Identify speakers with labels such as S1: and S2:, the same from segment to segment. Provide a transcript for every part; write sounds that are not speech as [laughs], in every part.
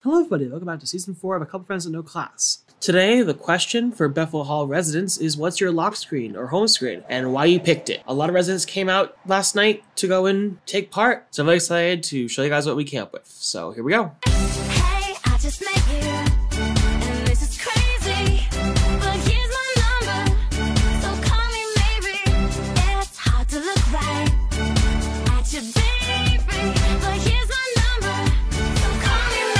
S1: Hello, everybody. Welcome back to season four of A Couple Friends and No Class. Today, the question for Bethel Hall residents is what's your lock screen or home screen and why you picked it? A lot of residents came out last night to go and take part. So I'm very excited to show you guys what we came up with. So here we go.
S2: Hey, I just met you, and this is crazy. But here's my number, so call me maybe. It's hard to look right at your baby, but here's my number, so call me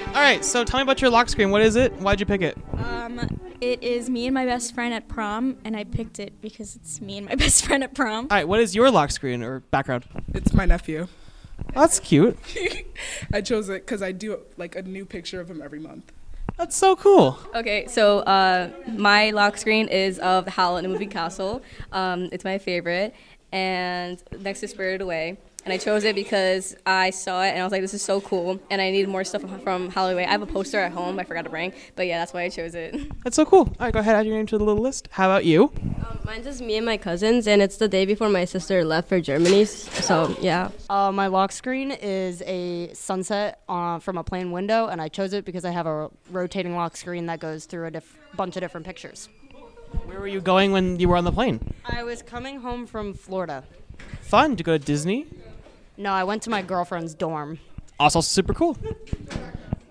S2: maybe.
S1: All right, so tell me about your lock screen. What is it? Why'd you pick it?
S3: Um, it is me and my best friend at prom, and I picked it because it's me and my [laughs] best friend at prom.
S1: All right, what is your lock screen or background?
S4: It's my nephew.
S1: That's cute.
S4: I chose it because I do like a new picture of him every month.
S1: That's so cool.
S5: Okay, so uh, my lock screen is of the Howl in the movie Castle. Um, it's my favorite, and next is Spirited Away. And I chose it because I saw it and I was like, this is so cool, and I needed more stuff from Howl Away. I have a poster at home I forgot to bring, but yeah, that's why I chose it. [laughs]
S1: That's so cool. All right, go ahead, add your name to the little list. How about you?
S6: Mine's just me and my cousins, and it's the day before my sister left for Germany. So yeah. Uh, my lock screen is a sunset uh, from a plane window, and I chose it because I have a rotating lock screen that goes through a diff- bunch of different pictures.
S1: Where were you going when you were on the plane?
S6: I was coming home from Florida.
S1: Fun to go to Disney.
S6: No, I went to my girlfriend's dorm.
S1: Also super cool.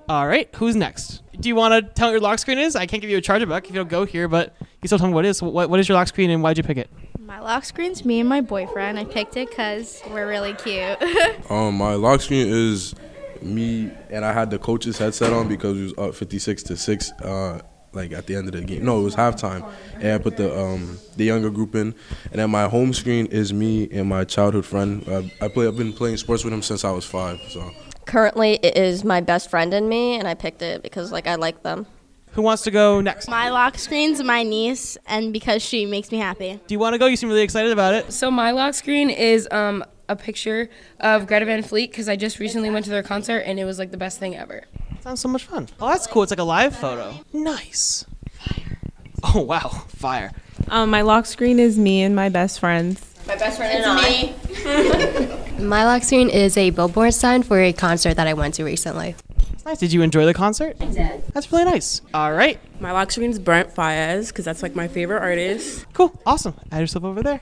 S1: All right, who's next? Do you want to tell what your lock screen is? I can't give you a charger buck if you don't go here, but you can still tell me what it is. What, what is your lock screen and why'd you pick it?
S7: My lock screen's me and my boyfriend. I picked it because we're really cute. [laughs]
S8: Um, my lock screen is me, and I had the coach's headset on because we was up 56 to six. Uh, like at the end of the game, no, it was halftime, and I put the um the younger group in, and then my home screen is me and my childhood friend. I, I play. I've been playing sports with him since I was five. So
S9: Currently, it is my best friend and me, and I picked it because like I like them.
S1: Who wants to go next?
S7: my lock screen's my niece, and because she makes me happy.
S1: Do you want to go? You seem really excited about it.
S10: So my lock screen is um a picture of Greta Van Fleet because I just recently went to their concert and it was like the best thing ever.
S1: Sounds so much fun. Oh, that's cool. It's like a live photo. Nice. Fire. Oh wow, fire.
S11: Um, my lock screen is me and my best friends.
S5: [laughs]
S12: My lock screen is a billboard sign for a concert that I went to recently.
S1: It's nice. Did you enjoy the concert? I did. That's really nice. All right,
S13: My lock screen is Brent Fayez because that's like my favorite artist.
S1: cool, awesome. Add yourself over there.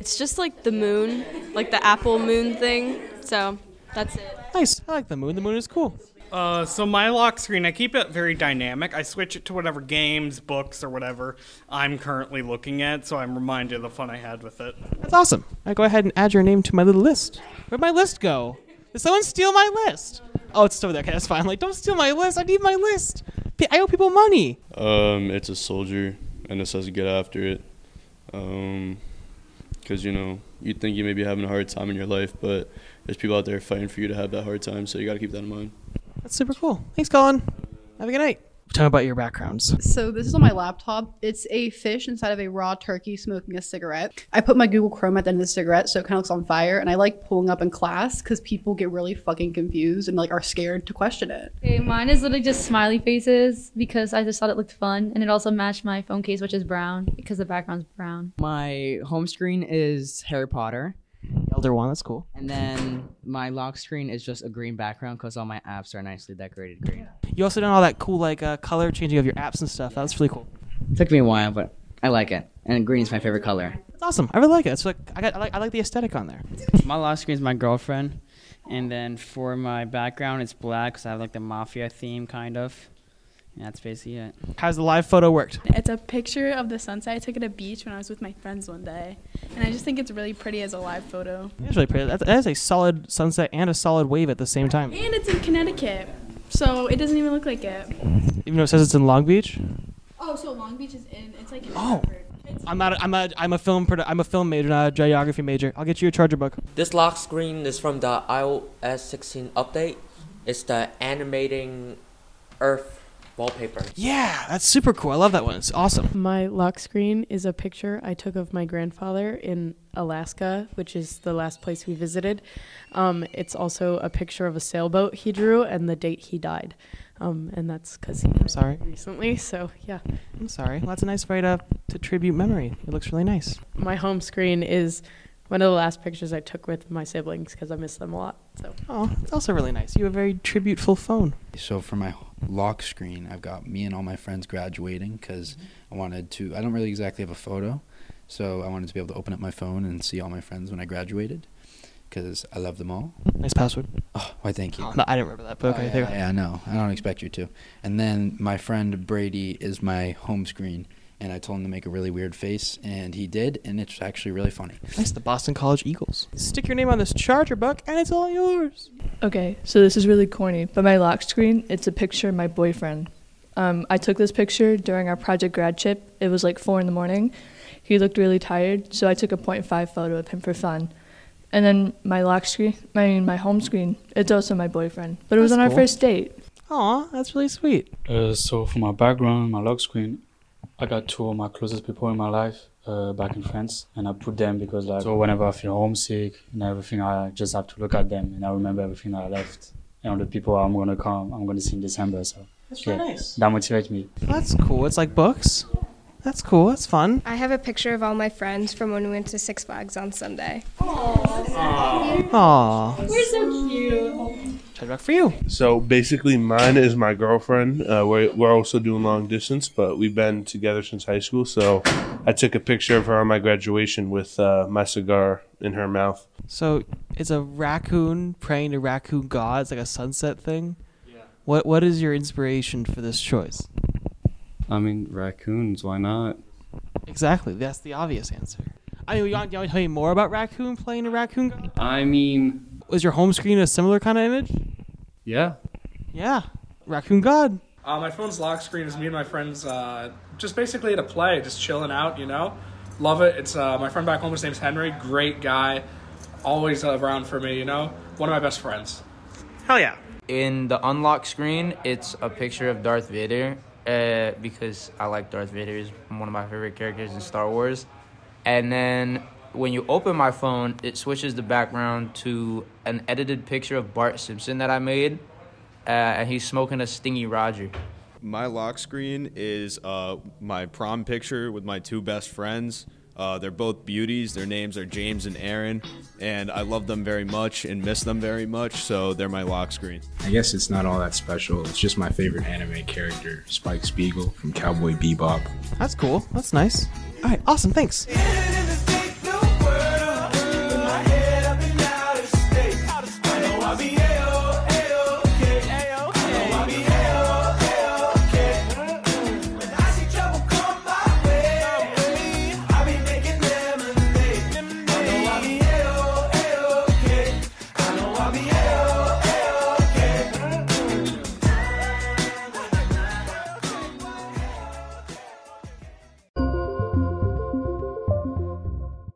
S5: It's just like the moon, like the apple moon thing. So that's it.
S1: Nice. I like the moon. The moon is cool.
S14: Uh, so my lock screen, I keep it very dynamic. I switch it to whatever games, books, or whatever I'm currently looking at, so I'm reminded of the fun I had with it.
S1: That's awesome. I go ahead and add your name to my little list. Where'd my list go? Did someone steal my list? Oh, it's still there. Okay, that's fine. Like, don't steal my list. I need my list. P- I owe people money.
S8: um, it's a soldier, and it says get after it, um, because you know you think you may be having a hard time in your life, but there's people out there fighting for you to have that hard time, so you got to keep that in mind.
S1: That's super cool. Thanks, Colin. Have a good night. Tell me about your backgrounds.
S11: So this is on my laptop. It's a fish inside of a raw turkey smoking a cigarette. I put my Google Chrome at the end of the cigarette so it kind of looks on fire, and I like pulling up in class because people get really fucking confused and like are scared to question it.
S13: Okay, mine is literally just smiley faces because I just thought it looked fun, and it also matched my phone case, which is brown because the background's brown.
S6: My home screen is Harry Potter,
S1: Elder one. That's cool.
S6: and then my lock screen is just a green background because all my apps are nicely decorated green.
S1: You also done all that cool like uh, color changing of your apps and stuff. That was really cool.
S6: Took me a while, but I like it, and green is my favorite color.
S1: It's awesome. I really like it. It's like I got I like, I like the aesthetic on there.
S6: My lock screen is my girlfriend, and then for my background, it's black because I have like the mafia theme kind of. And that's basically it.
S1: How's the live photo worked?
S11: It's a picture of the sunset I took at a beach when I was with my friends one day, and I just think it's really pretty as a live photo.
S1: It's really pretty. That, that is a solid sunset and a solid wave at the same time.
S11: And it's in Connecticut, so it doesn't even look like it.
S1: Even though it says it's in Long Beach.
S11: Oh, so Long Beach is in. It's like.
S1: Oh. I'm not. A, I'm a. I'm a film. Produ- I'm a film major, not a geography major. I'll get you a charger book.
S13: This lock screen is from the iOS 16 update. It's the animating Earth wallpaper.
S1: Yeah, that's super cool. I love that one. It's awesome.
S11: My lock screen is a picture I took of my grandfather in Alaska, which is the last place we visited. Um, it's also a picture of a sailboat he drew and the date he died. Um, and that's because he died
S1: Sorry.
S11: recently. So, yeah.
S1: I'm sorry. Well, that's a nice way to to tribute memory. It looks really nice.
S11: My home screen is
S2: one of the last pictures I took with my siblings because I miss them a lot. So.
S1: Oh, it's also really nice. You have a very tributeful phone.
S15: So for my lock screen, I've got me and all my friends graduating because
S1: Mm-hmm.
S15: I wanted to. I don't really exactly have a photo, so I wanted to be able to open up my phone and see all my friends when I graduated because I love them all.
S1: Nice password.
S15: Oh, why? Thank you.
S1: Oh, no, I didn't remember that, but okay,
S15: yeah,
S1: there you go.
S15: yeah, I know. I don't expect you to. And then my friend Brady is my home screen. And I told him to make a really weird face, and he did, and it's actually really funny.
S1: Nice, the Boston College Eagles. Stick your name on this charger, Buck, and it's all yours.
S16: Okay, so this is really corny, but my lock screen, it's a picture of my boyfriend. Um, I took this picture during our project grad trip. It was like four in the morning. He looked really tired, so I took a 0.5 photo of him for fun. And then my lock screen, I mean my home screen, it's also my boyfriend, but it was
S1: That's
S16: on our
S1: cool.
S16: first date.
S1: Aw, that's really sweet.
S5: Uh, so for my background, my log screen, I got two of my closest people in my life uh, back in France, and I put them because like so whenever I feel homesick and everything, I just have to look at them and I remember everything that I left and all the people I'm gonna come, I'm gonna see in December. So
S1: That's really nice.
S5: That motivates me.
S1: That's cool. It's like books. That's cool. That's fun.
S17: I have a picture of all my friends from when we went to Six Flags on Sunday.
S1: Aw.
S17: We're so cute.
S1: Back for you.
S8: So basically, mine is my girlfriend. Uh, we're, we're also doing long distance, but we've been together since high school. So I took a picture of her on my graduation with uh, my cigar in her mouth.
S1: So it's a raccoon praying to raccoon god. It's like a sunset thing. Yeah. What What is your inspiration for this choice?
S5: I mean, raccoons. Why not?
S1: Exactly. That's the obvious answer. I mean, you want, you want to tell me more about raccoon playing a raccoon god?
S5: I mean,
S1: Was your home screen a similar kind of image?
S5: yeah.
S1: Yeah. Raccoon god.
S18: Uh, my phone's lock screen is me and my friends uh, just basically at a play, just chilling out, you know? Love it. It's uh, my friend back home, his name's Henry. Great guy. Always around for me, you know? One of my best friends.
S1: Hell yeah.
S6: In the unlock screen, it's a picture of Darth Vader uh, because I like Darth Vader. He's one of my favorite characters in Star Wars. And then when you open my phone, it switches the background to an edited picture of Bart Simpson that I made, uh, and he's smoking a Stingy Roger.
S19: My lock screen is uh, my prom picture with my two best friends. Uh, they're both beauties. Their names are James and Aaron, and I love them very much and miss them very much. So they're my lock screen.
S20: I guess it's not all that special. It's just my favorite anime character, Spike Spiegel from Cowboy Bebop.
S1: That's cool. That's nice. All right. Awesome. Thanks.